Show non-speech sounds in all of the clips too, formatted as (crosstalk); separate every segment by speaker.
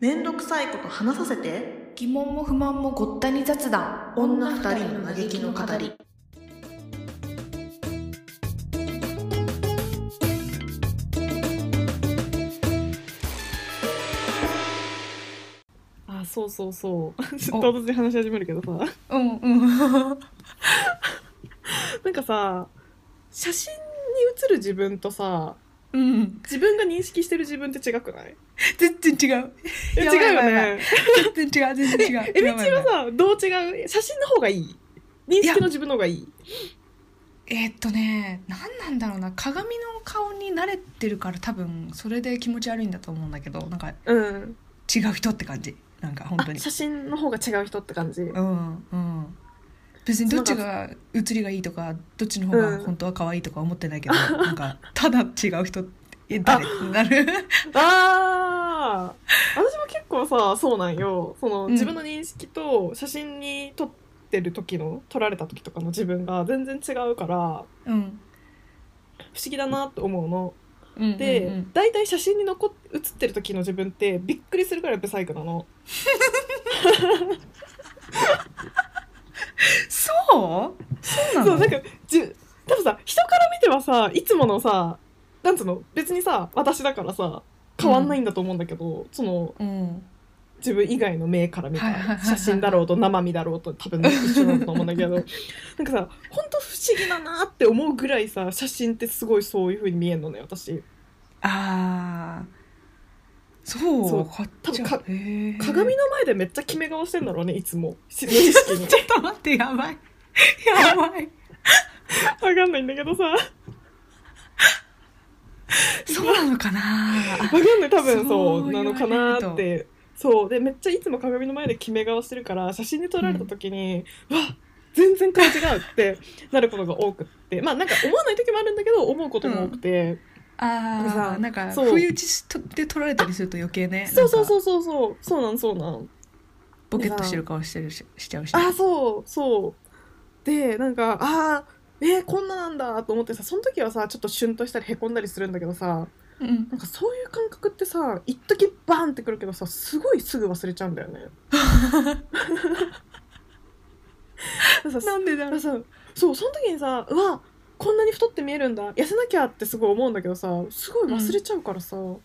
Speaker 1: めんどくさいこと話させて
Speaker 2: 疑問も不満もごったに雑談
Speaker 1: 女二人の嘆きの語り
Speaker 3: あそうそうそ
Speaker 2: (laughs)
Speaker 3: うちょっと私話し始めるけどさ
Speaker 2: うんうん
Speaker 3: なんかさ写真に写る自分とさ
Speaker 2: うん
Speaker 3: 自分が認識してる自分って違くない
Speaker 2: 全然違う
Speaker 3: え
Speaker 2: やばい
Speaker 3: 違うよ
Speaker 2: やばい
Speaker 3: ね
Speaker 2: 全然違う全然違う
Speaker 3: えみ
Speaker 2: やばい
Speaker 3: ち
Speaker 2: や
Speaker 3: は
Speaker 2: ばい
Speaker 3: さどう違う写真の方がいい認識の自分の方がいい
Speaker 2: えーっとね何なんだろうな鏡の顔に慣れてるから多分それで気持ち悪いんだと思うんだけどなんか
Speaker 3: うん
Speaker 2: 違う人って感じなんか本当
Speaker 3: あ
Speaker 2: に
Speaker 3: 写真の方が違う人って感じ
Speaker 2: うんうん別にどっちが写りがいいとかどっちの方が本当は可愛いとか思ってないけど、なんかただ違う人え誰ってなる
Speaker 3: あー私も結構さそうなんよその、
Speaker 2: うん
Speaker 3: 自分の認識と写真に撮ってる時の撮られた時とかの自分が全然違うから
Speaker 2: うん
Speaker 3: 不思議だなと思うの
Speaker 2: うん
Speaker 3: で、
Speaker 2: うんうん
Speaker 3: だいたい写真に残っ写ってる時の自分ってびっくりするぐらいブサイクなの
Speaker 2: そうそうな
Speaker 3: そ
Speaker 2: の
Speaker 3: うなんかじゅ多分さ人から見てはさいつものさなんつうの別にさ私だからさ変わんないんだと思うんだけど、その
Speaker 2: うん
Speaker 3: 自分以外の目から見
Speaker 2: はいはいはい
Speaker 3: た
Speaker 2: はい
Speaker 3: 写真だろうと生身だろうと多分一緒だと思うんだけ
Speaker 2: (laughs)
Speaker 3: どなんかさほんと不思議だなって思うぐらいさ写真ってすごいそういう風に見えるのね私
Speaker 2: ああそう
Speaker 3: そう
Speaker 2: こっ
Speaker 3: 多
Speaker 2: ち
Speaker 3: 分
Speaker 2: は
Speaker 3: か
Speaker 2: へえ
Speaker 3: 鏡の前でめっちゃ決め顔してんだろうねいつも無意識
Speaker 2: (laughs)
Speaker 3: に
Speaker 2: ちょっと待ってやばいやばい
Speaker 3: わかんないんだけどさわ
Speaker 2: そうなのかな
Speaker 3: かんない多分そ
Speaker 2: そうう
Speaker 3: なのかな
Speaker 2: 言
Speaker 3: っ
Speaker 2: われ
Speaker 3: てそうでめっちゃいつも鏡の前で決め顔してるから写真で撮られた時に、わ全然顔違うって (laughs) なることが多くってまあなんか思わない時もあるんだけど思うことも多くて、
Speaker 2: ああなんか
Speaker 3: そう
Speaker 2: 不意打ちしとで撮られたりすると余計ね
Speaker 3: そうそう
Speaker 2: う
Speaker 3: そうそうそうそうなんそうなん
Speaker 2: ボケっとしてる顔してるししちゃうし
Speaker 3: あそうそうでなんかあーえーこんななんだと思ってさその時はさちょっとシュンとしたりへこんだりするんだけどさ
Speaker 2: うん
Speaker 3: なんかそういう感覚ってさ一時バーンってくるけどさすごいすぐ忘れちゃうんだよね。さ
Speaker 2: (laughs) なんでだろう
Speaker 3: だからさそうその時にさうわこんなに太って見えるんだ痩せなきゃってすごい思うんだけどさすごい忘れちゃうからさ、痩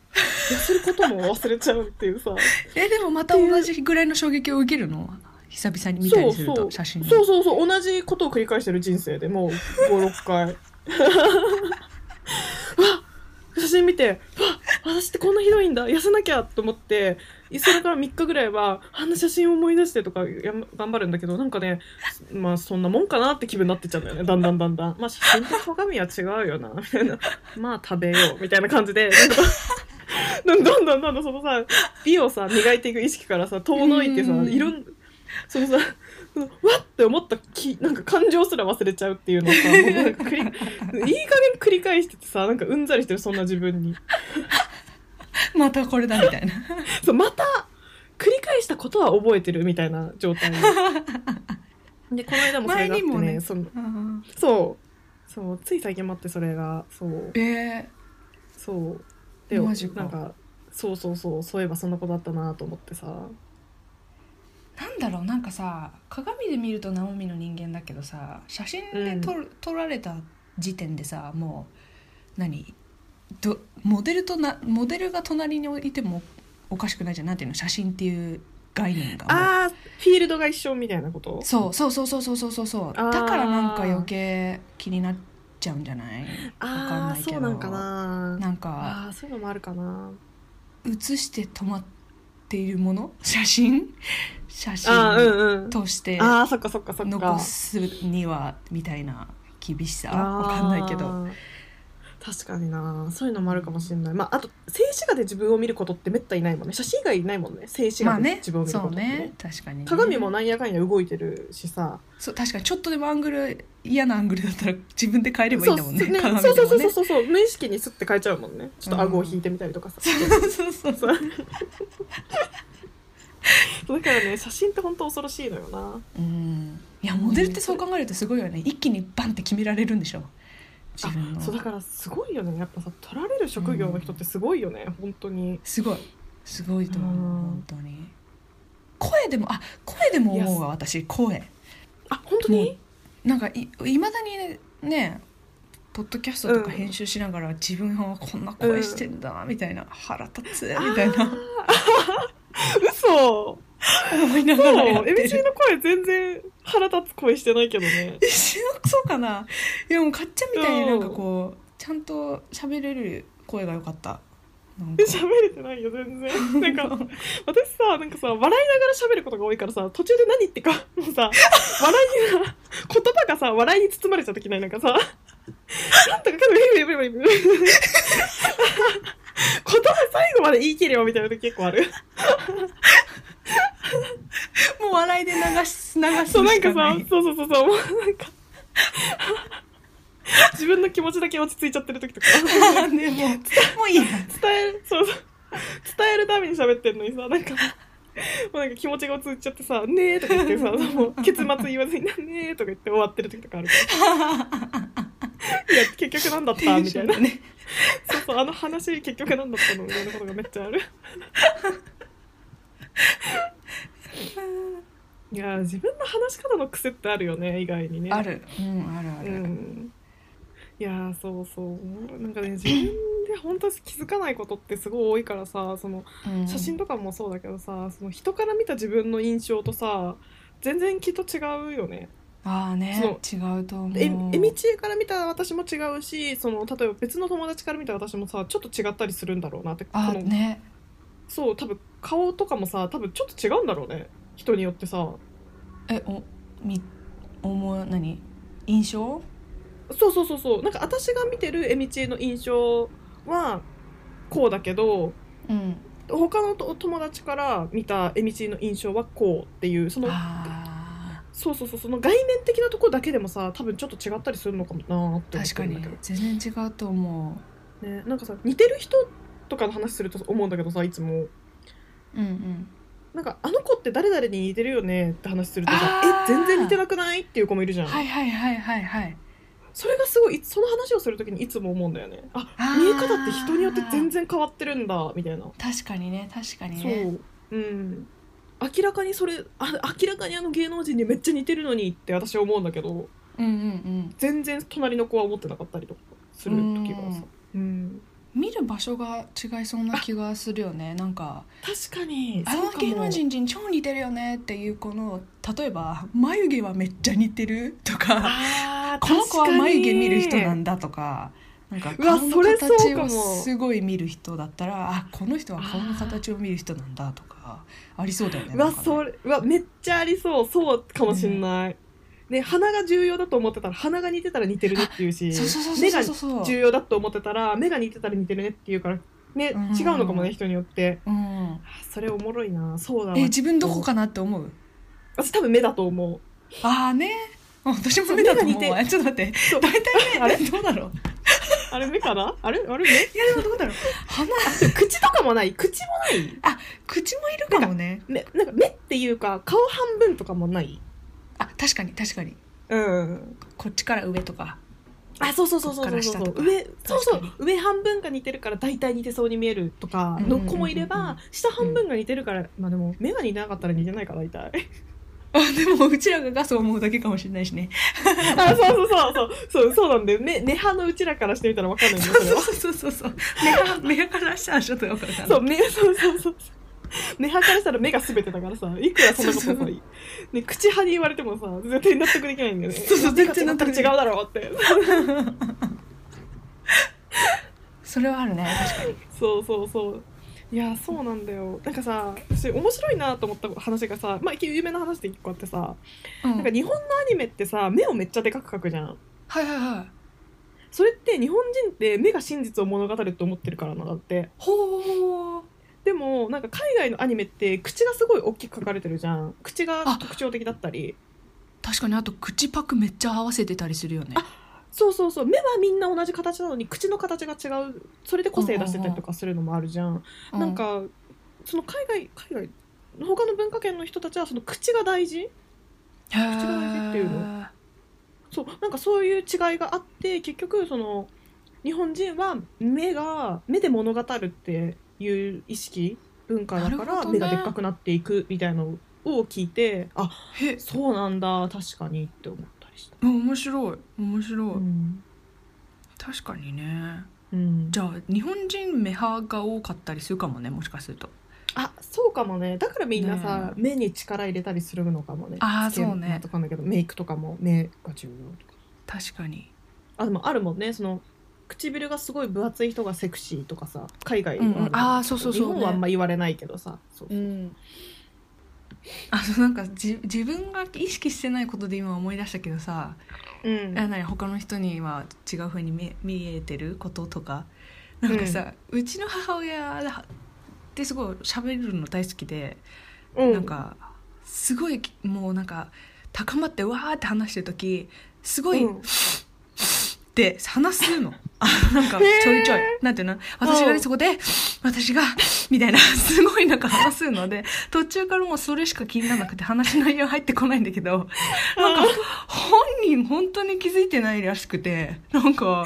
Speaker 3: せることも忘れちゃうっていうさ
Speaker 2: えでもまた同じぐらいの衝撃を受けるの久々に見たりすると写真を
Speaker 3: そうそうそう同じことを繰り返してる人生でもう56回 (laughs) わ写真見てわ私ってこんなひどいんだ痩せなきゃと思ってそれから3日ぐらいはあんな写真を思い出してとかやん頑張るんだけどなんかねまあそんなもんかなって気分になってっちゃうんだよねだんだんだんだんまあ写真と鏡は違うよ
Speaker 2: (laughs)
Speaker 3: なみたいなまあ食べようみたいな感じでなんかどんどんどんどんどんそのさ美をさ磨いていく意識からさ遠のいてさ
Speaker 2: うん
Speaker 3: いろんそのさそのわって思ったきなんか感情すら忘れちゃうっていうのをさもうなんか繰りいい加減繰り返しててさなんかうんざりしてるそんな自分に
Speaker 2: (laughs) またこれだみたいな
Speaker 3: そうまた繰り返したことは覚えてるみたいな状
Speaker 2: (laughs)
Speaker 3: 態にでこの間もそれがあっ
Speaker 2: 前
Speaker 3: て
Speaker 2: にも
Speaker 3: ね
Speaker 2: ね
Speaker 3: そのそうそうつい最近もあってそれがそう
Speaker 2: えー、
Speaker 3: そうで
Speaker 2: マジか
Speaker 3: なんかそうそうそうそういえばそんなことあったなと思ってさ
Speaker 2: なんだろうなんかさ鏡で見ると直美の人間だけどさ写真で撮,、撮られた時点でさもう何どモデルとなモデルが隣にいてもおかしくないじゃんなんていうの写真っていう概念がもう
Speaker 3: ああフィールドが一緒みたいなこと
Speaker 2: そうそうそうそうそうそうそうそう
Speaker 3: あー
Speaker 2: だからなんか余計気になっちゃうんじゃないわかん
Speaker 3: あ
Speaker 2: な
Speaker 3: あ
Speaker 2: いけ
Speaker 3: そ
Speaker 2: ど
Speaker 3: うなんかな
Speaker 2: なんか
Speaker 3: ああーそういうのもあるかな
Speaker 2: 写して止まっているもの写真写
Speaker 3: あー
Speaker 2: 真
Speaker 3: うんうん
Speaker 2: として
Speaker 3: ああそっかそっかそっ
Speaker 2: 残
Speaker 3: か
Speaker 2: すにはみたいな厳しさ
Speaker 3: あー
Speaker 2: わかんないけど
Speaker 3: 確かになそういうのもあるかもしれないまああと静止画で自分を見ることってめったにないもんね写真以外いないもんね静止
Speaker 2: ま
Speaker 3: 画
Speaker 2: あ
Speaker 3: で
Speaker 2: ね
Speaker 3: 自分を見る
Speaker 2: そ
Speaker 3: こ
Speaker 2: う
Speaker 3: とってね,、
Speaker 2: ね確かにね、
Speaker 3: 鏡もなんやかんや動いてるしさ
Speaker 2: そう確かにちょっとでもアングル嫌なアングルだったら自分で変えればいいんだもんね
Speaker 3: そうね
Speaker 2: 鏡
Speaker 3: そ
Speaker 2: で
Speaker 3: うそう
Speaker 2: もね
Speaker 3: そうそうそう無意識にスッて変えちゃうもんねちょっと顎を引いてみたりとかさ、
Speaker 2: そうそうそう
Speaker 3: そうだからね写真って本当恐ろしいのよな
Speaker 2: うんいやモデルってそう考えるとすごいよね一気にバンって決められるんでしょ自分の
Speaker 3: そうだからすごいよねやっぱさ取られる職業の人ってすごいよね、本当に
Speaker 2: すごいすごいと思う
Speaker 3: うん
Speaker 2: 本当に声でもあ声でも思うわ私声
Speaker 3: あ本当
Speaker 2: も
Speaker 3: に
Speaker 2: うなんかいいまだにねポッドキャストとか
Speaker 3: うん
Speaker 2: 編集しながら自分はこんな声してんだなみたいな、腹立つみたい
Speaker 3: あ
Speaker 2: な
Speaker 3: 嘘
Speaker 2: 思いな
Speaker 3: そ
Speaker 2: が
Speaker 3: う
Speaker 2: らやって
Speaker 3: MC
Speaker 2: る
Speaker 3: の声全然腹立つ声してないけどね
Speaker 2: MC のそうかないやもうかっちゃんみたいになんか
Speaker 3: うん
Speaker 2: こうちゃんと喋れる声が良かったなんか
Speaker 3: (laughs) 喋れてないよ
Speaker 2: (laughs)
Speaker 3: 全然なんか私さなんかさ笑いながら喋ることが多いからさ途中で何言ってかもうさ笑いにな言葉がさ笑いに包まれちゃったきないなんかさなんとかかんないブリブリブリブリ言葉最後まで言い切れよみたいな時結構ある
Speaker 2: もう笑いで流し流すし
Speaker 3: そうなん
Speaker 2: か
Speaker 3: かさ
Speaker 2: ない
Speaker 3: そうそうそうそうもうなんか自分の気持ちだけ落ち着いちゃってる時とか
Speaker 2: (laughs) でもも
Speaker 3: (laughs)
Speaker 2: ういいや
Speaker 3: 伝えるそうそう伝えるために喋ってんのにさなんかもうなんか気持ちが移っちゃってさ「ねえ」とか言ってさもう結末言わずに (laughs) 「ねえ」とか言って終わってる時とかあるからいや結局何だったみたい
Speaker 2: テ
Speaker 3: な
Speaker 2: ンションがね
Speaker 3: そうそうあの話結局何だったのみたいなことがめっち
Speaker 2: (laughs)
Speaker 3: ゃあるいやー自分の話し方の癖ってあるよね意外にね
Speaker 2: あるうんあるあ
Speaker 3: う
Speaker 2: る、
Speaker 3: んいやーそうそうなんかね自分で本当気づかないことってすごい多いからさその
Speaker 2: うん
Speaker 3: 写真とかもそうだけどさその人から見た自分の印象とさ全然きっと違うよね。
Speaker 2: ああね違うと思う
Speaker 3: ええみちえから見た私も違うしその例えば別の友達から見た私もさちょっと違ったりするんだろうなって
Speaker 2: あ
Speaker 3: この
Speaker 2: ね
Speaker 3: そう多分顔とかもさ多分ちょっと違うんだろうね人によってさ
Speaker 2: えおみ思う何印象
Speaker 3: そうそうそうそうなんか私が見てるえみちえの印象はこうだけど
Speaker 2: うん
Speaker 3: 他のと友達から見たえみちえの印象はこうっていうその
Speaker 2: あ
Speaker 3: そうそうそうその外面的なところだけでもさ多分ちょっと違ったりするのかもなーって
Speaker 2: ー
Speaker 3: 思っ
Speaker 2: 確
Speaker 3: て
Speaker 2: か
Speaker 3: るんだ
Speaker 2: に
Speaker 3: けど
Speaker 2: 全然違うと思
Speaker 3: ね、なんかさ似てる人とかの話すると思うんだけどさいつも
Speaker 2: ううんうん
Speaker 3: なんかあの子って誰々に似てるよねって話するとさ
Speaker 2: あー
Speaker 3: え全然似てなくないっていう子もいるじゃん、
Speaker 2: はいはいはいはいはい
Speaker 3: それがすごいその話をするときにいつも思うんだよねあ
Speaker 2: あー
Speaker 3: 見え方って人によって全然変わってるんだみたいな
Speaker 2: 確かにね確かに
Speaker 3: そ
Speaker 2: ね
Speaker 3: ううん明らかにそれあ明らかにあの芸能人にめっちゃ似てるのにって私は思うんだけど
Speaker 2: うんうんうん
Speaker 3: 全然隣の子は思ってなかったりとかする時がさうん
Speaker 2: 見る場所が違いそうな気がするよねなんか
Speaker 3: 確かに
Speaker 2: あの芸能人に超似てるよねっていう子の例えば眉毛はめっちゃ似てるとか
Speaker 3: あー
Speaker 2: この子は眉毛見る人な
Speaker 3: 確
Speaker 2: んだとかなんか
Speaker 3: うわ
Speaker 2: 顔の
Speaker 3: それそう
Speaker 2: 形
Speaker 3: かも
Speaker 2: をすごい見る人だったらあこの人は顔の形を見る人なんだとかありそうだよね
Speaker 3: かにう
Speaker 2: な
Speaker 3: わ
Speaker 2: んかね
Speaker 3: それうわめっちゃありそうそうかもしんない、ね鼻が重要だと思ってたら鼻が似てたら似てるねっていうし
Speaker 2: そうそうそう
Speaker 3: 目
Speaker 2: そ
Speaker 3: が
Speaker 2: うそうそう
Speaker 3: 重要だと思ってたら目が似てたら似てるねっていうからね
Speaker 2: うん
Speaker 3: 違うのかもね人によって
Speaker 2: うん
Speaker 3: あ、それおもろいなそうだわ
Speaker 2: え自分どこかなって思う
Speaker 3: 私多分目だと思う
Speaker 2: ああね私も目だと思うわちょっと待って
Speaker 3: そう
Speaker 2: 大体
Speaker 3: あれ
Speaker 2: ねどうだろう
Speaker 3: (laughs) あれ目かなあれあれ目
Speaker 2: いやでもどうだろう鼻
Speaker 3: 口とかもない口もない
Speaker 2: 口もいるかもね
Speaker 3: 目なんか目っていうか顔半分とかもない
Speaker 2: あ確かに確かに
Speaker 3: うん
Speaker 2: こっちから上とか
Speaker 3: あそうそうそうそうそうそう
Speaker 2: こっから下とか
Speaker 3: 上そうそ
Speaker 2: 確
Speaker 3: う上半分が似てるから大体似てそうに見えるとか
Speaker 2: うんうんうん
Speaker 3: の
Speaker 2: うん
Speaker 3: 子もいれば、下半分が似てるから、まあでも目が似てなかったら似てないか大体
Speaker 2: (laughs) あでもうちらがそう思うだけかもしれないしね
Speaker 3: あそうそうそうそう (laughs) そうそうなんだよ目目派のうちらからしてみたらわかんないんだよ
Speaker 2: そう
Speaker 3: それは
Speaker 2: そうそうそう目が目がからしたらちょっとよくわかんな
Speaker 3: そ
Speaker 2: いう
Speaker 3: 目そうそうそう目派からしたら目が全てだからさいくらそんなことさ
Speaker 2: そうそう
Speaker 3: ね、口派に言われてもさ絶対納得できないんだよね
Speaker 2: そうそう全然納得
Speaker 3: 違
Speaker 2: でき
Speaker 3: う
Speaker 2: ない
Speaker 3: だろうって
Speaker 2: それはあるね確かに
Speaker 3: そうそうそういやそうなんだよなんかさ私面白いなと思った話がさまあ一応有名な話で一個あってさ、
Speaker 2: うん
Speaker 3: なんか日本のアニメってさ目をめっちゃでかく描くじゃん
Speaker 2: はいはいはい
Speaker 3: それって日本人って目が真実を物語ると思ってるからなんだって
Speaker 2: ほう
Speaker 3: でもなんか海外のアニメって口がすごい大きく描かれてるじゃん口が特徴的だったり
Speaker 2: 確かにあと口パクめっちゃ合わせてたりするよね
Speaker 3: そうそうそう目はみんな同じ形なのに口の形が違うそれで個性出してたりとかするのもあるじゃんなんかその海外海外他の文化圏の人たちはその口が大事
Speaker 2: 口が
Speaker 3: 口が大事っていうのそうなんかそういう違いがあって結局その日本人は目が目で物語るっていう意識文化だか
Speaker 2: なるほ
Speaker 3: ら
Speaker 2: どね
Speaker 3: 目がでっかくなっていくみたいなのを聞いてあ
Speaker 2: へ
Speaker 3: そうなんだ確かにって思ったりした。
Speaker 2: うん面白い面白い、
Speaker 3: うん
Speaker 2: 確かにね
Speaker 3: うん
Speaker 2: じゃあ日本人目派が多かったりするかもねもしかすると
Speaker 3: あそうかもねだからみんなさ、
Speaker 2: ね
Speaker 3: 目に力入れたりするのかもね
Speaker 2: あー
Speaker 3: つける
Speaker 2: そうね
Speaker 3: なんとかんだけどメイクとかも目が重要とか
Speaker 2: 確かに
Speaker 3: あでもあるもんねその唇がすごい分厚い人がセクシーとかさ海外はる
Speaker 2: うんうんあーそうそうそう
Speaker 3: 日本はあんま言われないけどさそう
Speaker 2: うんあとなんかじ自分が意識してないことで今思い出したけどさ、
Speaker 3: うん
Speaker 2: あ何他の人には違う風に見見えてることとかなんかさ、うちの母親ってすごい喋るの大好きで、
Speaker 3: うん
Speaker 2: なんかすごいもうなんか高まってわーって話してる時すごい、
Speaker 3: うん
Speaker 2: って話す
Speaker 3: (laughs)
Speaker 2: の。あなんか、ちょいちょい。なんていうの私がね、そこで、私が、みたいな、すごいなんか話すので、途中からもうそれしか気にならなくて話の内容入ってこないんだけど、なんか、本人本当に気づいてないらしくて、なんか、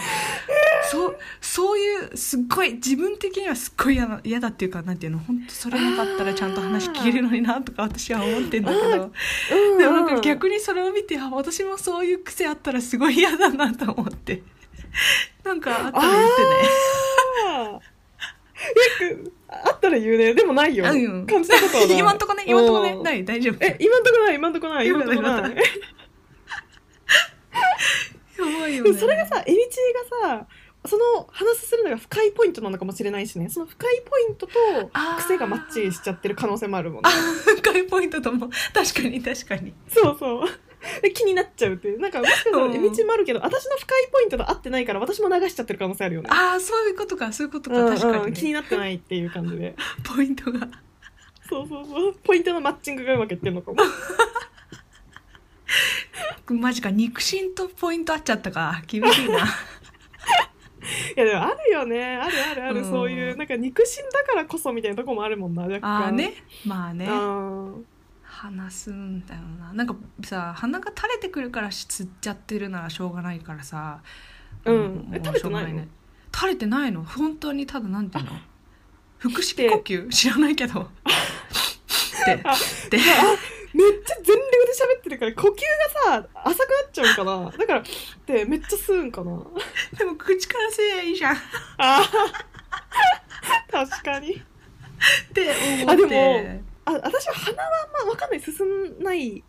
Speaker 2: そう、そういう、すっごい、自分的にはすっごい嫌な嫌だっていうか、なんていうの、本当それなかったらちゃんと話聞けるのにな、とか私は思ってんだけど。
Speaker 3: うん
Speaker 2: でもなんか逆にそれを見て、あ、私もそういう癖あったらすごい嫌だなと思って。なんかあったら言
Speaker 3: あーよくあったら言うねでもないよ
Speaker 2: ってね。うん
Speaker 3: 感じたことはな
Speaker 2: (laughs)
Speaker 3: い
Speaker 2: 今んとこね、今んとこね、
Speaker 3: うん
Speaker 2: ない、大丈夫。
Speaker 3: え今んとこない今んとこない今んとこ
Speaker 2: 今
Speaker 3: な
Speaker 2: だ
Speaker 3: い
Speaker 2: 今やばいよ
Speaker 3: で
Speaker 2: ね。
Speaker 3: もそれ
Speaker 2: (laughs)
Speaker 3: がさエビチリがさその話するのが不快ポイントなのかもしれないしねその不快ポイントと
Speaker 2: あー
Speaker 3: 癖がマッチしちゃってる可能性もあるもん
Speaker 2: あ
Speaker 3: ね
Speaker 2: ー、深いポイントとも、確かに確かに。
Speaker 3: そうそうで気になっちゃうっていうなんかもしかした
Speaker 2: う
Speaker 3: ら
Speaker 2: ん
Speaker 3: エビチリもあるけど私の不快ポイントと合ってないから私も流しちゃってる可能性あるよね
Speaker 2: ああ、そういうことか、そういうこと
Speaker 3: うん
Speaker 2: か、確か
Speaker 3: うん気
Speaker 2: に
Speaker 3: に
Speaker 2: ね。
Speaker 3: なってないっていう感じで
Speaker 2: ポイントが。
Speaker 3: そうそうそうポイントのマッチングがうまくいってるのかも
Speaker 2: マジか、肉親とポイント合っちゃったか。厳しい
Speaker 3: (laughs)
Speaker 2: な。
Speaker 3: いやでもあるよねあるあるある、
Speaker 2: うん
Speaker 3: そういうなんか肉親だからこそみたいなとこもあるもんな若干
Speaker 2: ああね。まあね。
Speaker 3: うん
Speaker 2: 話すんだよななんかさ鼻が垂れてくるから吸っちゃってるならしょうがないからさ
Speaker 3: うん
Speaker 2: も
Speaker 3: え垂れてない
Speaker 2: し
Speaker 3: の
Speaker 2: ょうが垂れてないの本当にただなんていうの腹式呼吸知らないけどって
Speaker 3: あ
Speaker 2: で
Speaker 3: めっちゃ全力で喋ってるから呼吸がさ浅くなっちゃうんかなだからでめっちゃ吸うんかな
Speaker 2: でも口から吸えばいいじゃんっ
Speaker 3: あー確かに
Speaker 2: て思って
Speaker 3: あでもあ私は鼻はまあわかんない進んない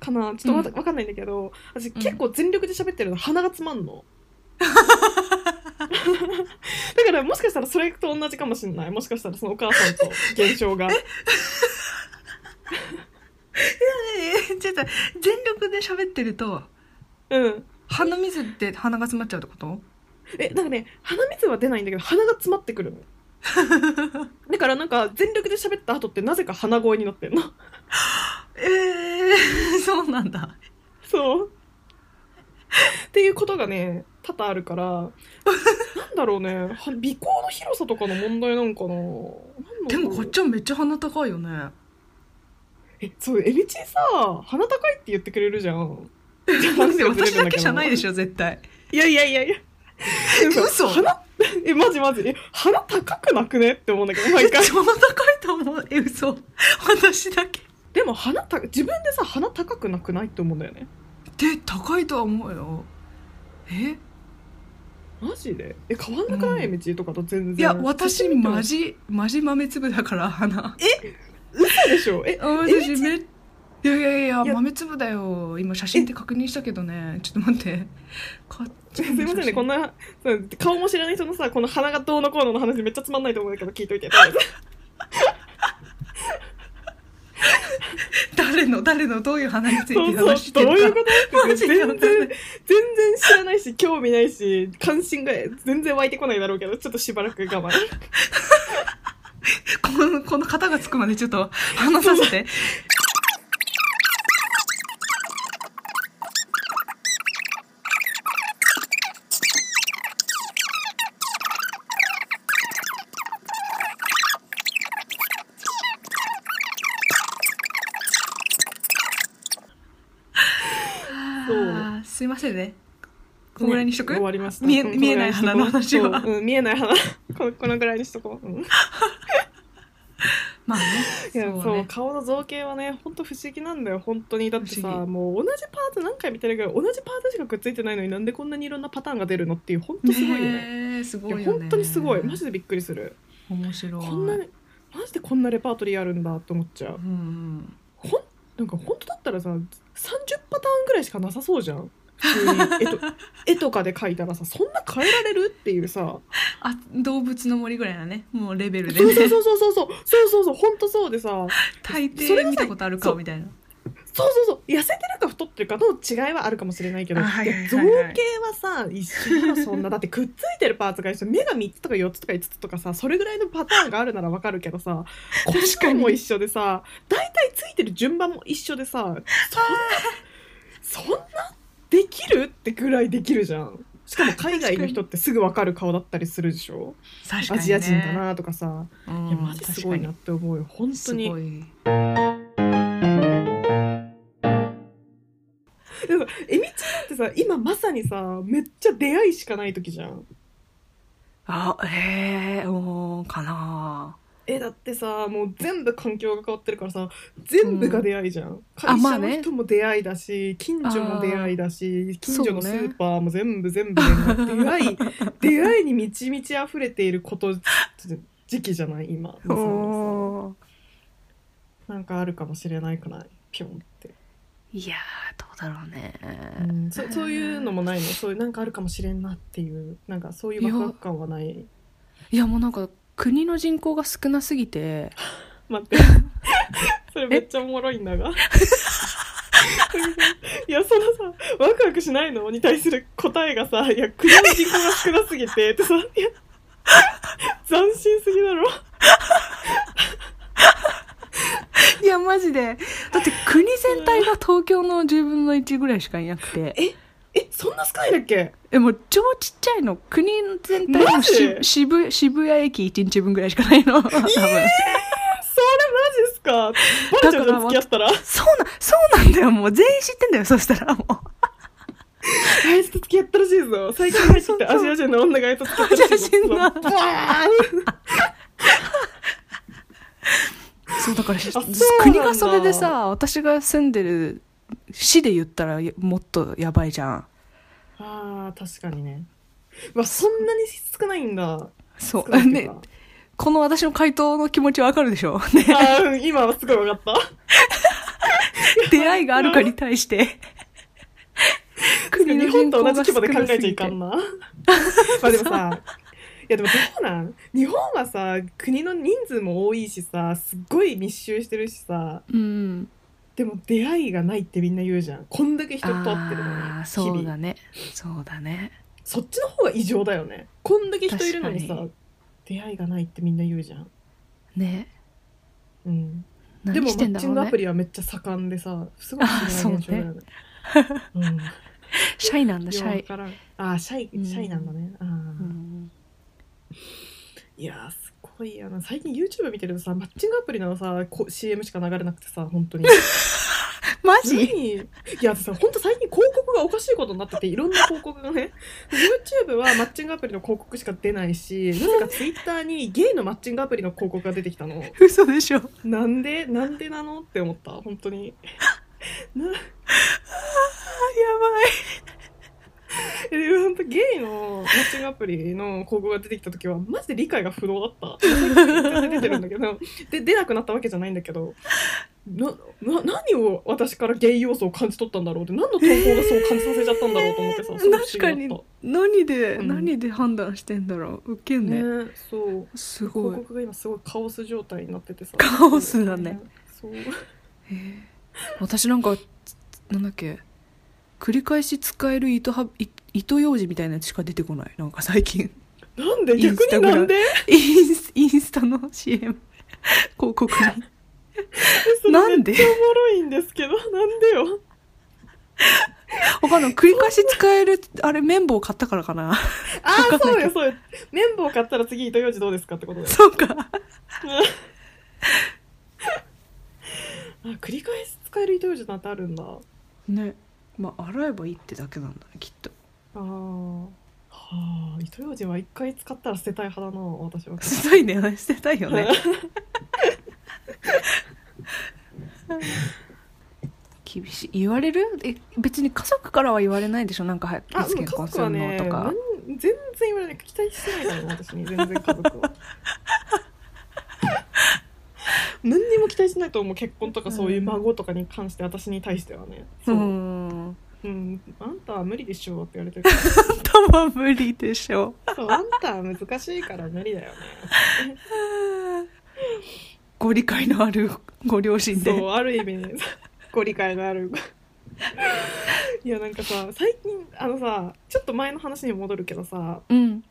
Speaker 3: かなちょっとわ,、かんないんだけど私結構全力で喋ってるの鼻がつまん (laughs) のだからもしかしたらそれと同じかもしれないもしかしたらそのお母さんと現象 (laughs) が
Speaker 2: えちょっと全力で喋ってると
Speaker 3: うん
Speaker 2: 鼻水って鼻が詰まっちゃうってこと
Speaker 3: えなんかね鼻水は出ないんだけど鼻が詰まってく (laughs) るのだからなんか全力で喋った後ってなぜか鼻声になってんの
Speaker 2: えー、 (laughs) そうなんだ
Speaker 3: そうっていうことがね多々あるからなんだろうねは鼻孔の広さとかの問題なんかな
Speaker 2: でもこっちはめっちゃ鼻高いよね
Speaker 3: えそうエビチリさ鼻高いって言ってくれるじゃん
Speaker 2: なんで (laughs) 私だけじゃないでしょ絶対
Speaker 3: いやいやいやいや
Speaker 2: 嘘
Speaker 3: 鼻えマジマジえ鼻高くなくねって思うんだけど毎
Speaker 2: え
Speaker 3: 回
Speaker 2: ちょうど高いと思うえ嘘私だけ
Speaker 3: でも鼻た自分でさ鼻高くなくないって思うんだよね
Speaker 2: で高いとは思うよえ
Speaker 3: マジでえ変わんなくない、
Speaker 2: う
Speaker 3: 道とかと全然
Speaker 2: いや私
Speaker 3: 進んでも
Speaker 2: マジマジ豆粒だから鼻え
Speaker 3: 嘘でしょえ
Speaker 2: 私めいやいやいや
Speaker 3: いや
Speaker 2: 豆粒だよ今写真で確認したけどねちょっと待ってこっち
Speaker 3: (laughs) すいませんねこん
Speaker 2: な
Speaker 3: なそう顔も知らない人のさこの鼻がどうのこうのの話めっちゃつまんないと思うんだけど聞いといて
Speaker 2: 誰の誰のどういう鼻につい
Speaker 3: そう
Speaker 2: て
Speaker 3: そう
Speaker 2: 話して
Speaker 3: どういう
Speaker 2: る
Speaker 3: こ
Speaker 2: か
Speaker 3: と
Speaker 2: マ
Speaker 3: って
Speaker 2: ジ
Speaker 3: 全
Speaker 2: で
Speaker 3: 然全然知らないし興味ないし関心が全然湧いてこないだろうけどちょっとしばらく我慢
Speaker 2: このこの型がつくまでちょっと話させて
Speaker 3: そう
Speaker 2: あーすいませんねこんぐらいにしとく
Speaker 3: ね終わりました
Speaker 2: 見え
Speaker 3: うん
Speaker 2: 見えない鼻の話は
Speaker 3: そううん見えない鼻このこのぐらいにしとこう、うん
Speaker 2: まあね
Speaker 3: いや
Speaker 2: そ
Speaker 3: そうう、
Speaker 2: ね
Speaker 3: 顔の造形はね本当不思議なんだよ本当にだって
Speaker 2: 不
Speaker 3: さ
Speaker 2: 思
Speaker 3: もう同じパーツ何回見てるけど同じパーツしかくっついてないのになんでこんなにいろんなパターンが出るのっていう本当すごいよね
Speaker 2: ねえすごいよね
Speaker 3: いや本当にすごいマジ
Speaker 2: で
Speaker 3: でびっくりする
Speaker 2: 面白い
Speaker 3: こんな
Speaker 2: うん
Speaker 3: にマジでこんなレパートリーあるんだと思っちゃう
Speaker 2: うん
Speaker 3: ほんなんか本当だったらさ30パターンぐらいしかなさそうじゃん普通に
Speaker 2: (laughs)
Speaker 3: 絵と絵とかで描いたらさそんな変えられるっていうさ
Speaker 2: あ動物の森ぐらいなねもうレベルで
Speaker 3: そう
Speaker 2: ね
Speaker 3: そうそうそうそうそうそうそうそう本当そうでさそう
Speaker 2: 大
Speaker 3: そ
Speaker 2: 抵
Speaker 3: れがさ
Speaker 2: 見たことあるか
Speaker 3: そう
Speaker 2: みたいな
Speaker 3: そうそう痩せてるか太ってるかの違いはあるかもしれないけど、
Speaker 2: あはいはいはい
Speaker 3: 造形はさ一緒だよそんなだってくっついてるパーツが一緒目が3つとか4つとか5つとかさそれぐらいのパターンがあるならわかるけどさ
Speaker 2: (laughs) 確
Speaker 3: かも一緒でさ大体ついてる順番も一緒でさそんなそんなできるってぐらいできるじゃんしかも海外の人ってすぐ分かる顔だったりするでしょ、
Speaker 2: 確か
Speaker 3: ア
Speaker 2: にね
Speaker 3: ジア人だなとかさ、
Speaker 2: うん
Speaker 3: いやマジすごいなって思うよ本当
Speaker 2: す
Speaker 3: に
Speaker 2: ごい
Speaker 3: でもさえみちなんてさ今まさにさめっちゃ出会いしかない時じゃん
Speaker 2: あへえおーか (laughs) な
Speaker 3: えだってさもう全部環境が変わってるからさ全部が出会いじゃん、
Speaker 2: あ
Speaker 3: 会
Speaker 2: まあ
Speaker 3: 社
Speaker 2: ね
Speaker 3: の人も出会いだし、近所も出会いだし近所のス
Speaker 2: そうね
Speaker 3: ーパーも全部全部出
Speaker 2: (laughs)
Speaker 3: 会い出会いに満ち満ち溢れていること時期じゃない今
Speaker 2: おおー
Speaker 3: なんかあるかもしれないくないピョンって、
Speaker 2: いやーどうだろうね
Speaker 3: そそういうのもないのそういうなんかあるかもしれんなっていうなんかそういうワクワク感はない
Speaker 2: いやもうなんか国の人口が少なすぎて
Speaker 3: 待って。 (laughs) それめっちゃおもろいんだが。 (laughs) いや、そのさ、ワクワクしないのに対する答えがさ、いや、国の人口が少なすぎて、ってさ、いや、斬新すぎだろ。
Speaker 2: いやマジでだって国全体が東京の10分の1ぐらいしかいなくて
Speaker 3: え、そんな少ないだっけ
Speaker 2: えもう超ちっちゃいの国全体の
Speaker 3: マジ
Speaker 2: し渋渋谷駅1日分ぐらいしかないの多分
Speaker 3: それマジっすかバレちゃうじゃん、付き合ったら。
Speaker 2: そうなそうなんだよもう全員知ってんだよそしたらもう
Speaker 3: あいつと付き合ったらしいぞ。最近入ってきてアジア人の女があいつと付き合ったらしいぞ。
Speaker 2: アジア人の
Speaker 3: バーン
Speaker 2: そうだからし
Speaker 3: そうなんだ
Speaker 2: 国がそれでさ私が住んでる市で言ったらもっとやばいじゃん
Speaker 3: ああ、確かにね。うわ、そんなに少ないんだ。
Speaker 2: そ
Speaker 3: 少な
Speaker 2: う
Speaker 3: いっていう
Speaker 2: ね
Speaker 3: か
Speaker 2: この私の回答の気持ちわかるで
Speaker 3: (laughs)
Speaker 2: しょね
Speaker 3: あーうん今はすごい分かった。
Speaker 2: 出会いがあるかに対して国の
Speaker 3: 日
Speaker 2: 人
Speaker 3: 本と
Speaker 2: 口
Speaker 3: 同じ
Speaker 2: が
Speaker 3: 規
Speaker 2: 少
Speaker 3: 模で考
Speaker 2: な
Speaker 3: え
Speaker 2: す
Speaker 3: ちゃい
Speaker 2: ぎ
Speaker 3: か
Speaker 2: て
Speaker 3: ん (laughs) な。まあでもさ、いやでもどうなん日本はさ、国の人数も多いしさ、すっごい密集してるしさ、
Speaker 2: うん
Speaker 3: でも出会いがないってみんな言うじゃん。こんだけ人と会ってるの
Speaker 2: あ
Speaker 3: に、
Speaker 2: ー
Speaker 3: 日
Speaker 2: そうだ
Speaker 3: 々。
Speaker 2: ねそうだね
Speaker 3: そっちの方が異常だよね。こんだけ人いるのにさ
Speaker 2: 確か、
Speaker 3: 出会いがないってみんな言うじゃん。
Speaker 2: ね
Speaker 3: うん、で
Speaker 2: 何
Speaker 3: もマ
Speaker 2: してん
Speaker 3: ッ
Speaker 2: だ
Speaker 3: チ
Speaker 2: ろ
Speaker 3: ングア
Speaker 2: う
Speaker 3: プ
Speaker 2: ね
Speaker 3: リはめっちゃ盛んでさすごい不思議な現象だよね。うん、
Speaker 2: (laughs) シャイなんだシャ
Speaker 3: ようわ
Speaker 2: イ、
Speaker 3: からんあーシャイシャイなんだね。あー
Speaker 2: うん、
Speaker 3: いやーすごいよな最近 YouTube 見てるとさマッチングアプリのさこ CM しか流れなくてさ本当に
Speaker 2: マ
Speaker 3: 何
Speaker 2: ジ
Speaker 3: いやさ本当最近広告がおかしいことになってていろんな広告がね YouTube はマッチングアプリの広告しか出ないしなぜか Twitter にゲイのマッチングアプリの広告が出てきたの
Speaker 2: 嘘でしょ
Speaker 3: なんでなんでなのって思った本当にな
Speaker 2: あや
Speaker 3: えでも本当ゲイのマッチングアプリの広告が出てきた時はマジで理解が不動だ
Speaker 2: (laughs)
Speaker 3: った出てるんだけどで出なくなったわけじゃないんだけどなな何を私からゲイ要素を感じ取ったんだろうって何の投稿がそう感じさせちゃったんだろうと思ってさ、
Speaker 2: ばい
Speaker 3: すごい
Speaker 2: 確かに
Speaker 3: 不思
Speaker 2: 何で、
Speaker 3: うん
Speaker 2: 何で判断してんだろうウケん
Speaker 3: 議だ
Speaker 2: ね
Speaker 3: ったねそう
Speaker 2: すご
Speaker 3: 広
Speaker 2: い
Speaker 3: 告が今すごいカオス状態になっててさ
Speaker 2: カオスだね
Speaker 3: そう
Speaker 2: 私なんかなんだっけ繰り返し使える糸は糸糸ようじみたいなやつしか出てこないなんか最近
Speaker 3: なんで
Speaker 2: イン
Speaker 3: 逆
Speaker 2: スタ
Speaker 3: に
Speaker 2: グラム
Speaker 3: なんで
Speaker 2: (laughs) インスインスタの CM 広 (laughs) 告に
Speaker 3: それ
Speaker 2: なんで
Speaker 3: めっちゃおもろいんですけどなんでよ
Speaker 2: わかんない繰り返し使えるあれ綿棒買ったからかな (laughs)
Speaker 3: ああ
Speaker 2: わかん
Speaker 3: そ
Speaker 2: な
Speaker 3: う
Speaker 2: いけ
Speaker 3: よ
Speaker 2: ど
Speaker 3: そうよ綿棒買ったら次糸ようじどうですかってことだよ
Speaker 2: そうか
Speaker 3: あ繰り返し使える糸ようじなんてあるんだあ
Speaker 2: ねまあ洗えばいいってだけなんだねきっと
Speaker 3: あはあ糸ようじは一回使ったら捨てたい派だな私は
Speaker 2: 捨てたいね捨てたいよね厳しい言われるえ別に家族からは言われないでしょなんかはい
Speaker 3: (laughs) あ、
Speaker 2: つ
Speaker 3: でも家
Speaker 2: 結婚す
Speaker 3: 族
Speaker 2: る
Speaker 3: はね、
Speaker 2: のとか、
Speaker 3: なん全然言われない。期待してないから、私に。全然家
Speaker 2: (laughs)
Speaker 3: 族は。何にも期待しないと思う。結婚とかそういう孫とかに関して、私に対してはね。
Speaker 2: う
Speaker 3: そう。うん、
Speaker 2: ん
Speaker 3: あんたは無理でしょうって言われてるか
Speaker 2: 多分無理でしょ
Speaker 3: ら。そう、あんたは難しいから無理だよね。
Speaker 2: ご理解のあるご両親で
Speaker 3: そうある意
Speaker 2: (laughs)
Speaker 3: 味ねご理解のある (laughs) いやなんかさ最近あのさちょっと前の話に戻るけどさ
Speaker 2: うん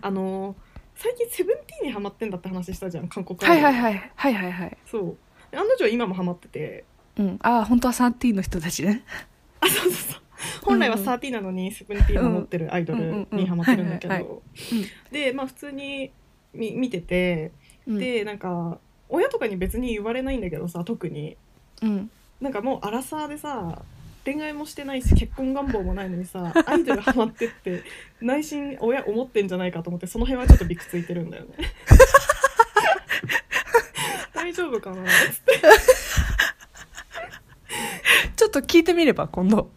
Speaker 3: あの最近セブンティーンにハマってんだって話したじゃん韓国アイド
Speaker 2: はい
Speaker 3: ル
Speaker 2: はいはいはいはいはい
Speaker 3: そうで案の定今もハマってて
Speaker 2: うん、ああ本当はサーティーの人たちね
Speaker 3: あそうそうそう本来はサーティーなのにセブンティーンの持ってるアイドルにハマってるんだけ
Speaker 2: うんうんうん
Speaker 3: ど
Speaker 2: いはいはい
Speaker 3: でまあ普通にみ見てて
Speaker 2: うん
Speaker 3: でなんか親とかに別に言われないんだけどさ特に
Speaker 2: うん
Speaker 3: なんかもうアラサーでさ恋愛もしてないし結婚願望もないのにさアイドルハマってって内心親思ってんじゃないかと思ってその辺はちょっとびくついてるんだよ (laughs) ね大丈夫かなつって
Speaker 2: ちょっと聞いてみれば今度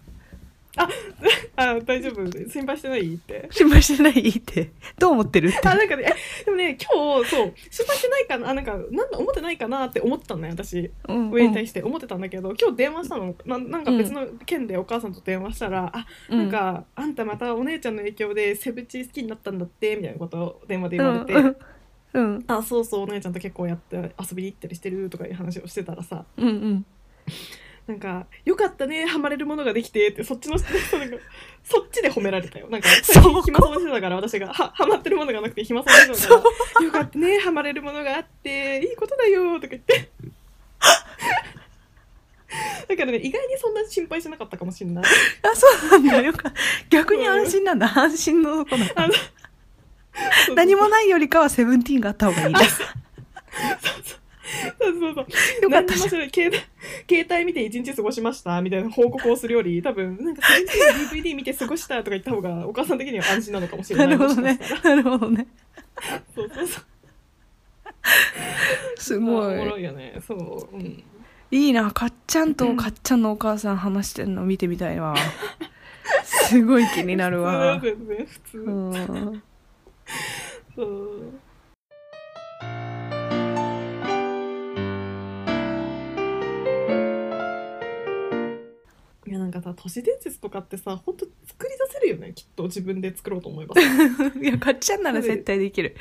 Speaker 3: あ大丈夫心配してないって
Speaker 2: 心配してないってどう思ってるって
Speaker 3: あなんかねえでもね今日そう心配してないかなあなんかなんだ思ってないかなって思ったんだよ私
Speaker 2: うん
Speaker 3: 親に対して思ってたんだけど今日電話したのななんか別の件でお母さんと電話したら、あ
Speaker 2: うん
Speaker 3: なんか、あんたまたお姉ちゃんの影響でセブチ好きになったんだってみたいなことを電話で言われて、
Speaker 2: うんうん
Speaker 3: あそうそうお姉ちゃんと結構やって遊びに行ったりしてるとかいう話をしてたらさ
Speaker 2: うんうん
Speaker 3: なんか「よかったねハマれるものができて」ってそっちのなんかそっちで褒められたよなんか
Speaker 2: そ
Speaker 3: 最
Speaker 2: こ
Speaker 3: 近暇そうにしてたから私がはハマってるものがなくて暇そうにしてたから「よかったねハマれるものがあっていいことだよ」とか言ってだからね意外にそんな心配しなかったかもしれない
Speaker 2: あそうなんだよか逆に安心なんだ安心のとこなんだ
Speaker 3: あの
Speaker 2: 何もないよりかはセブンティーンがあった方がいいな
Speaker 3: そうそうそう
Speaker 2: よかっ
Speaker 3: 何
Speaker 2: たじ
Speaker 3: にも
Speaker 2: ゃん
Speaker 3: しない携帯携帯見て一日過ごしましたみたいな報告をするより多分なんかそれで DVD 見て過ごしたとか言った方がお母さん的には安心なのかもしれ
Speaker 2: (laughs)
Speaker 3: な
Speaker 2: ないるほど
Speaker 3: もし
Speaker 2: ね
Speaker 3: かしたら
Speaker 2: なるほどね
Speaker 3: そうそうそう
Speaker 2: す
Speaker 3: おも
Speaker 2: ごい
Speaker 3: ろいよねそう、うん、
Speaker 2: いいなかっちゃんとかっちゃんのお母さん話してるの見てみたいわすごい気になるわ
Speaker 3: 普通だよ全然普通、
Speaker 2: うん
Speaker 3: そういやなんかさ都市伝説とかってさ本当作り出せるよねきっと自分で作ろうと思えば
Speaker 2: いやかっちゃんなら絶対できる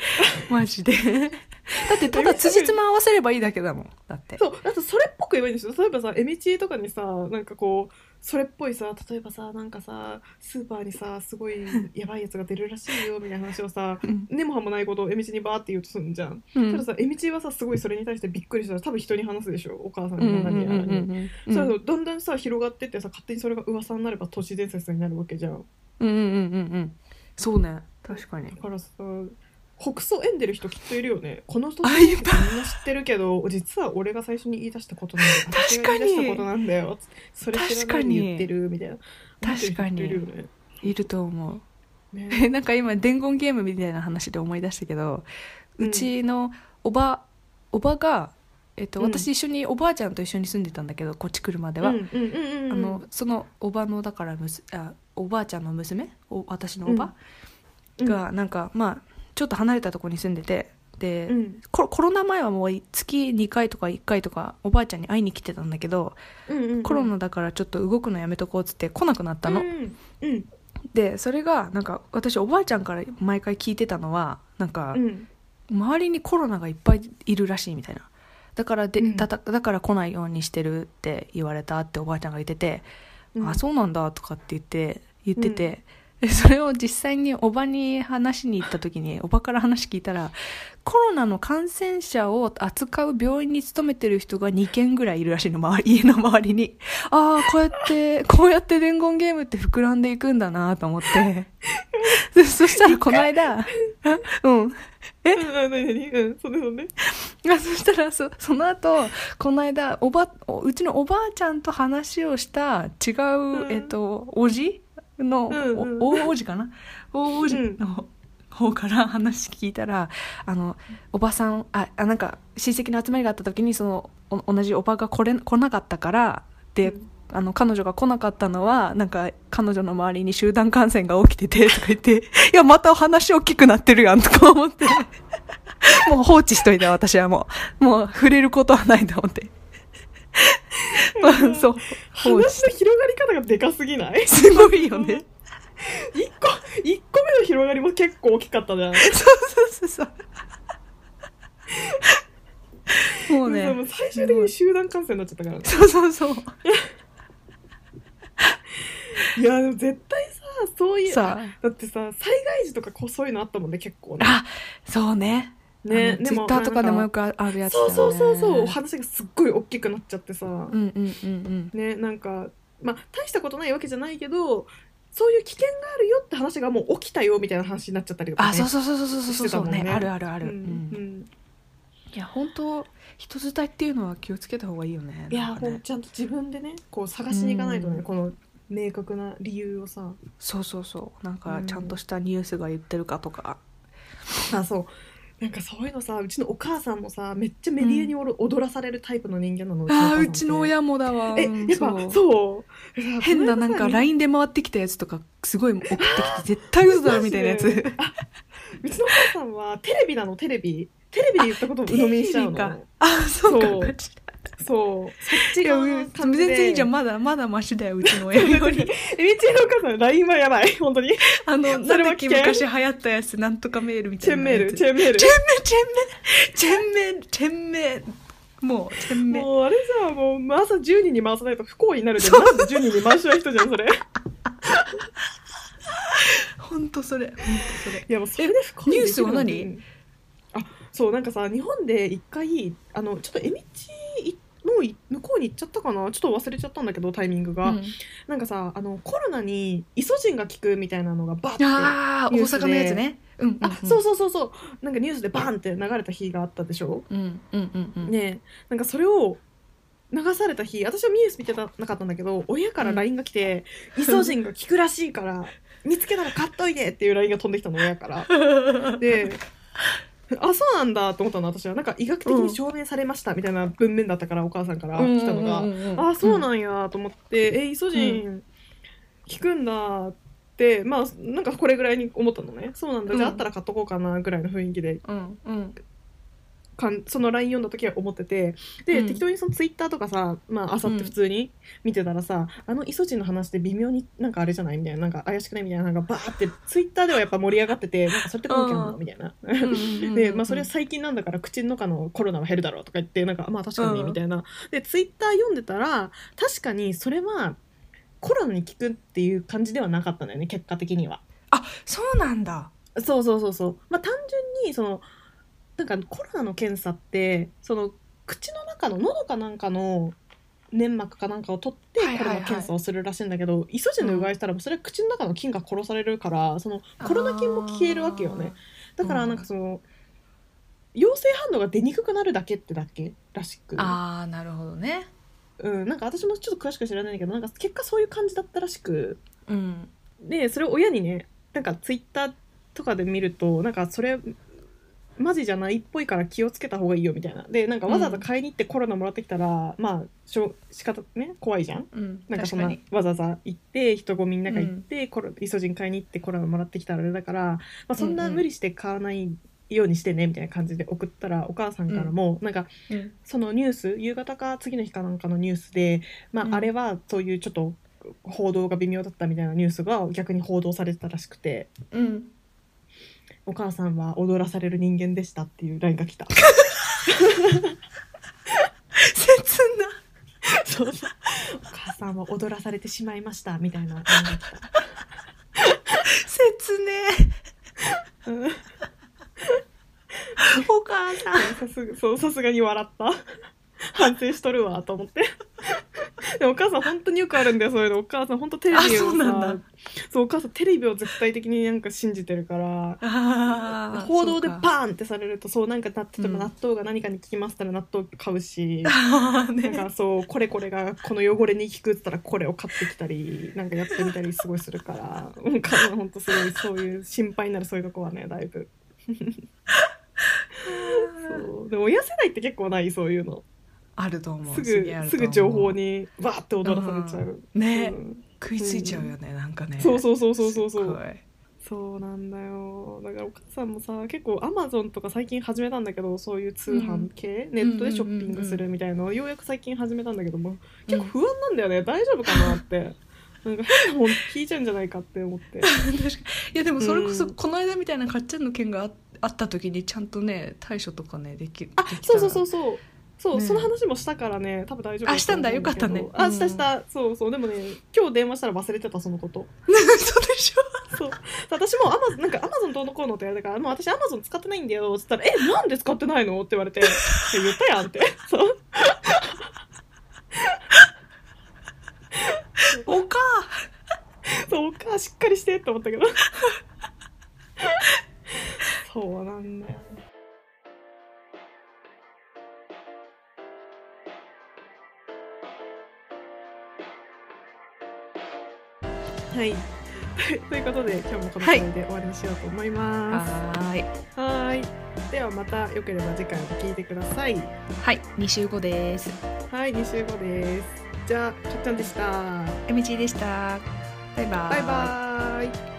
Speaker 2: マジでだってただ辻褄合わせればいいだけだもんだって
Speaker 3: そう、あとそれっぽく言えばいいんですよ。例えばさ、エミチーとかにさ、なんかこう、それっぽいさ、例えばさ、なんかさ、スーパーにさ、
Speaker 2: (laughs)
Speaker 3: すごいやばいやつが出るらしいよ、みたいな話をさ、
Speaker 2: うん
Speaker 3: 根も葉もないことをエミチーにバーって言うとするんじゃ
Speaker 2: う
Speaker 3: ん。そした
Speaker 2: ん
Speaker 3: らさ、エミチーはさ、すごいそれに対してびっくりしたら、多分人に話すでしょ、お母さん
Speaker 2: うんう
Speaker 3: に
Speaker 2: ん
Speaker 3: も
Speaker 2: うん
Speaker 3: 何やら
Speaker 2: う
Speaker 3: に。
Speaker 2: ん
Speaker 3: そうするとだんだんさ広がってってさ勝手にそれが噂になれば都市伝説になるわけじゃん
Speaker 2: うんうんうんうんそうね確かに
Speaker 3: だからさ北総縁んでる人きっといるよねこの都
Speaker 2: あ
Speaker 3: 市
Speaker 2: いっ
Speaker 3: 伝説みんな知ってるけど実は俺が最初に言い出したことなんだよ私が
Speaker 2: 確かに
Speaker 3: 言い出したことなんだよそれ知らないに言ってるみたいな
Speaker 2: 確かに
Speaker 3: 思ってる人いるよ
Speaker 2: いると思う
Speaker 3: ね
Speaker 2: え (laughs) なんか今伝言ゲームみたいな話で思い出したけど、う
Speaker 3: うん
Speaker 2: ちのおばおばが、えっと、
Speaker 3: うん
Speaker 2: 私一緒に、おばあちゃんと一緒に住んでたんだけどこっち来るまで
Speaker 3: う
Speaker 2: は、
Speaker 3: んうんうんうん
Speaker 2: あのそのおばのだからむすあおばあちゃんの娘お私のおば、
Speaker 3: うん
Speaker 2: がなんかまあちょっと離れたところに住んでてで、
Speaker 3: うん
Speaker 2: ココロナ前はもう月2回とか1回とかおばあちゃんに会いに来てたんだけど、
Speaker 3: うんうんうん
Speaker 2: コロナだからちょっと動くのやめとこうっつって来なくなったの、
Speaker 3: うんうん
Speaker 2: でそれがなんか私おばあちゃんから毎回聞いてたのはなんか
Speaker 3: うん
Speaker 2: 周りにコロナがいっぱいいるらしいみたいなだからで、
Speaker 3: うん
Speaker 2: たただから来ないようにしてるって言われたっておばあちゃんが言ってて、
Speaker 3: うん
Speaker 2: あそうなんだとかって言って言ってて、でそれを実際におばに話しに行った時
Speaker 3: (laughs)
Speaker 2: におばから話聞いたらコロナの感染者を扱う病院に勤めてる人が2件ぐらいいるらしいの周り家の周りにああこうや
Speaker 3: (laughs)
Speaker 2: ってこうやって伝言ゲームって膨らんでいくんだなと思
Speaker 3: (laughs)
Speaker 2: ってでそしたらこの間 (laughs) うんえ
Speaker 3: うんうん何何うんそんでそんで
Speaker 2: あそしたらそその後この間おばおうちのおばあちゃんと話をした違う、
Speaker 3: うん
Speaker 2: えっとおじの、
Speaker 3: うんうん
Speaker 2: お大おじかな大おじの方から話聞いたらあのおばさんああなんか親戚の集まりがあった時にそのお同じおばが来れ来なかったからで、あの彼女が来なかったのはなんか彼女の周りに集団感染が起きててとか言っていやまたお話大きくなってるやんとか思
Speaker 3: (laughs)
Speaker 2: ってもう放置しといた私はもうもう触れることはないと思って。まあ (laughs) (laughs) そう
Speaker 3: 話
Speaker 2: 放
Speaker 3: の
Speaker 2: 置し
Speaker 3: 広がり方がでかすぎない
Speaker 2: たすごいよね。
Speaker 3: 一個一個目の広がりも結構大きかったじゃん
Speaker 2: そうそうそうそう。もう
Speaker 3: でも
Speaker 2: ね。
Speaker 3: 最終的に集団感染になっちゃったから
Speaker 2: (laughs)
Speaker 3: ね
Speaker 2: そうそうそう。
Speaker 3: いやでも絶対さそういう
Speaker 2: さ
Speaker 3: だってさ災害時とかこうそういうのあったもんね結構ね
Speaker 2: あ、そうね。
Speaker 3: ね
Speaker 2: ツイッターとかでもよくああるやつだ
Speaker 3: そ
Speaker 2: よ
Speaker 3: う
Speaker 2: ね。
Speaker 3: そうそうそうお話がすっごい大きくなっちゃってさ、
Speaker 2: うんうんうん
Speaker 3: ねなんかまあ大したことないわけじゃないけどそういう危険があるよって話がもう起きたよみたいな話になっちゃったりとか、ね、
Speaker 2: あ、そうそうそうそうそうそうそう
Speaker 3: してたもん
Speaker 2: ね。
Speaker 3: ね
Speaker 2: あるあるある。う
Speaker 3: うん
Speaker 2: んいや本当人伝いっていうのは気をつけた方がいいよね。
Speaker 3: いや、
Speaker 2: なんか
Speaker 3: もう
Speaker 2: ね
Speaker 3: ちゃんと自分でねこう探しに行かないとね、
Speaker 2: うん
Speaker 3: この明確な理由をさ
Speaker 2: そうそうそう。なん
Speaker 3: う
Speaker 2: か
Speaker 3: ん
Speaker 2: ちゃんとしたニュースが言ってるかとか。
Speaker 3: (laughs) あそうなんかそういうのさうちのお母さんもさめっちゃメディアにおろ踊らされるタイプの人間なの、お母
Speaker 2: あ
Speaker 3: さ
Speaker 2: ー、
Speaker 3: んっ
Speaker 2: う
Speaker 3: て
Speaker 2: ちの親もだわ。
Speaker 3: え
Speaker 2: うん
Speaker 3: やっ
Speaker 2: そ
Speaker 3: ぱ
Speaker 2: う
Speaker 3: そう
Speaker 2: 変ななんか
Speaker 3: ライン
Speaker 2: LINE で回ってきたやつとかすごい送ってきて絶対嘘だろみたいなや
Speaker 3: マジ
Speaker 2: つ
Speaker 3: でうちのお母さんはテレビなのテレビテレビで言ったことを鵜呑みにしちゃう
Speaker 2: テレビか
Speaker 3: の
Speaker 2: あそうか
Speaker 3: そうそうそっち
Speaker 2: いや
Speaker 3: 側
Speaker 2: う
Speaker 3: の
Speaker 2: 全
Speaker 3: 感じで
Speaker 2: 然いいじゃんまだまだマシだようちの親よ
Speaker 3: (laughs)
Speaker 2: り
Speaker 3: えみちのお母さん LINE はやばい本
Speaker 2: (laughs)
Speaker 3: 当に
Speaker 2: あの
Speaker 3: そ
Speaker 2: なん
Speaker 3: れ
Speaker 2: だっ
Speaker 3: は
Speaker 2: け
Speaker 3: 危険
Speaker 2: 昔流行ったやつなんとかメールみた
Speaker 3: チェ
Speaker 2: い
Speaker 3: ン
Speaker 2: な
Speaker 3: メー
Speaker 2: や
Speaker 3: ル
Speaker 2: つ
Speaker 3: チェンメール
Speaker 2: チェンメチェンメチェンメチェンメもうチェンメ
Speaker 3: もうあれさもう朝10人に回さないと不幸になるじゃんなんで10人に回しない人じゃんそれい
Speaker 2: ほんとそれほんとそれ
Speaker 3: やもうそれで不幸に
Speaker 2: ニュースは何
Speaker 3: うんあそうなんかさ日本で一回あのちょっとえみちいもうい向こうに行っちゃったかなちょっと忘れちゃったんだけどタイミングが、
Speaker 2: うん
Speaker 3: なんかさあのコロナにイソジンが効くみたいなのがバッて
Speaker 2: あー
Speaker 3: ニュ
Speaker 2: 大
Speaker 3: ースで
Speaker 2: 阪のやつねうんうん
Speaker 3: あそうそうそうそうなんかニュースでバーンって流れた日があったでしょ
Speaker 2: うんうんうんうん
Speaker 3: ねえなんかそれを流された日私はニュース見てたなかったんだけど親から LINE が来 (laughs) て「イソジンが効くらしいから見つけたら買っといて」っていう LINE が飛んできたの親から。であそうなんだと思ったの私はなんか医学的に証明されましたみたいな文面だったからお母さんから来たのが。あそうなんやと思って、えイソジン聞くんだってまあなんかこれぐらいに思ったのねそうなんだ、じゃあ
Speaker 2: うん
Speaker 3: あったら買っとこうかなぐらいの雰囲気で
Speaker 2: うんうん
Speaker 3: かんその LINE 読んだ時は思っててで、
Speaker 2: うん
Speaker 3: 適当にその Twitter とかさまああさって普通に見てたらさ、あのイソジンの話で微妙になんかあれじゃないみたいななんか怪しくないみたいななんかバーって Twitter ではやっぱ盛り上がって
Speaker 2: (laughs)
Speaker 3: てなんかそれって根拠な
Speaker 2: う
Speaker 3: の
Speaker 2: ん
Speaker 3: みたいな。
Speaker 2: うん
Speaker 3: で、まあ、それは最近なんだから口の中のコロナは減るだろうとか言ってなんかまあ確かに
Speaker 2: うん
Speaker 3: みたいな、でツイッター読んでたら確かにそれはコロナに効くっていう感じではなかったんだよね結果的には
Speaker 2: あそうなんだ
Speaker 3: そうそうそうそうまあ単純にそのなんかコロナの検査ってその口の中の喉かなんかの粘膜かなんかを取って
Speaker 2: はいはい
Speaker 3: コロ
Speaker 2: はい
Speaker 3: ナ検査をするらしいんだけど、イソジンでうがいしたらもうそれは口の中の菌が殺されるからそのコロナ菌も消えるわけよねだからなんかその、陽性反応が出にくくなるだけってだけらしく、
Speaker 2: あーあーなるほどね
Speaker 3: うん、なんか私もちょっと詳しく知らないんだけどなんか結果そういう感じだったらしく
Speaker 2: うん
Speaker 3: でそれを親にねなんかツイッターとかで見るとなんかそれマジじゃないっぽいから気をつけた方がいいよみたいなでなんかわざわざ買いに行ってコロナもらってきたら、まあしょう仕方ね怖いじゃん
Speaker 2: うん
Speaker 3: なんかそ
Speaker 2: 確
Speaker 3: ん
Speaker 2: か
Speaker 3: な
Speaker 2: に
Speaker 3: わざわざ行って人混みの中行って、コロイソジン買いに行ってコロナもらってきたらあれだから、まあ、そん
Speaker 2: う
Speaker 3: なん
Speaker 2: うん
Speaker 3: 無理して買わないようにしてねみたいな感じで送ったらお母さんからも、なんか
Speaker 2: うん
Speaker 3: そのニュース夕方か次の日かなんかのニュースで、まあ
Speaker 2: うん
Speaker 3: あれはそういうちょっと報道が微妙だったみたいなニュースが逆に報道されてたらしくて
Speaker 2: うん
Speaker 3: お母さんは踊らされる人間でしたっていう LINE が来た。
Speaker 2: 切な
Speaker 3: そうそうお母さんは踊らされてしまいましたみたいな LINE が来た。
Speaker 2: 切ね
Speaker 3: うん
Speaker 2: お母さん
Speaker 3: さすがそうさすがに笑った反省しとるわと思ってでもお母さん本当によくあるんだよそういうのお母さん本当テレビをさ
Speaker 2: あそうなんだ
Speaker 3: そうお母さんテレビを絶対的になんか信じてるから
Speaker 2: あー
Speaker 3: 報道で
Speaker 2: そ
Speaker 3: パ
Speaker 2: うか
Speaker 3: ーンってされるとそうなんかな例えば納豆が何かに効きますったら納豆買う
Speaker 2: (laughs)
Speaker 3: し、
Speaker 2: あーね
Speaker 3: なんかそうこれこれがこの汚れに効くっつったらこれを買ってきたりなんかやってみたりすごいするからうん彼は本当すごいそういう心配になるそういうとこはねだ
Speaker 2: (laughs)
Speaker 3: いぶそうでも親世代って結構ないそういうの
Speaker 2: あると思う
Speaker 3: す
Speaker 2: げえあ
Speaker 3: ぐ
Speaker 2: ると
Speaker 3: す
Speaker 2: 思う
Speaker 3: ぐ情報にバーって踊らされちゃう、
Speaker 2: うんね
Speaker 3: うん
Speaker 2: 食いついちゃうよねなんかね
Speaker 3: そうそうそうそうそう
Speaker 2: す
Speaker 3: そ
Speaker 2: っ
Speaker 3: う
Speaker 2: ごい (laughs)
Speaker 3: そうなんだよだからお母さんもさ結構アマゾンとか最近始めたんだけどそういう通販系、ネットでショッピングするみたいなのをようやく最近始めたんだけども結構不安なんだよね、大丈夫かなってなんか変なもん聞いちゃうんじゃないかって思って
Speaker 2: 確かにいやでもそれこそ
Speaker 3: うん
Speaker 2: この間みたいなかっちゃんの件がああった時にちゃんとね対処とかねできできた
Speaker 3: あそう
Speaker 2: (laughs)
Speaker 3: そうそう
Speaker 2: そ
Speaker 3: そうそう、
Speaker 2: ね
Speaker 3: その話もしたからね多分大丈夫と思う
Speaker 2: あしたんだよかったね
Speaker 3: けどあ
Speaker 2: うん
Speaker 3: したした、そうそうでもね今日電話したら忘れてたそのこと
Speaker 2: うでしょ
Speaker 3: そう私もアマなんかアマゾンどうのこうのって言われたから「もう私アマゾン使ってないんだよ」っつったら「えなんで使ってないの?」って言われて「いや言ったやん」
Speaker 2: (laughs)
Speaker 3: ってそう
Speaker 2: おか
Speaker 3: そうお母しっかりしてって思ったけど (laughs) そうなんだよはい (laughs) ということで今日もこの辺で終わりにしようと思います。
Speaker 2: はーい
Speaker 3: はーい。ではまたよければ次回も聞いてください。
Speaker 2: はい2週後です
Speaker 3: はい、2週後です。じゃあ、かっちゃんでした。
Speaker 2: えみちでしたバイバ
Speaker 3: バイバーイ。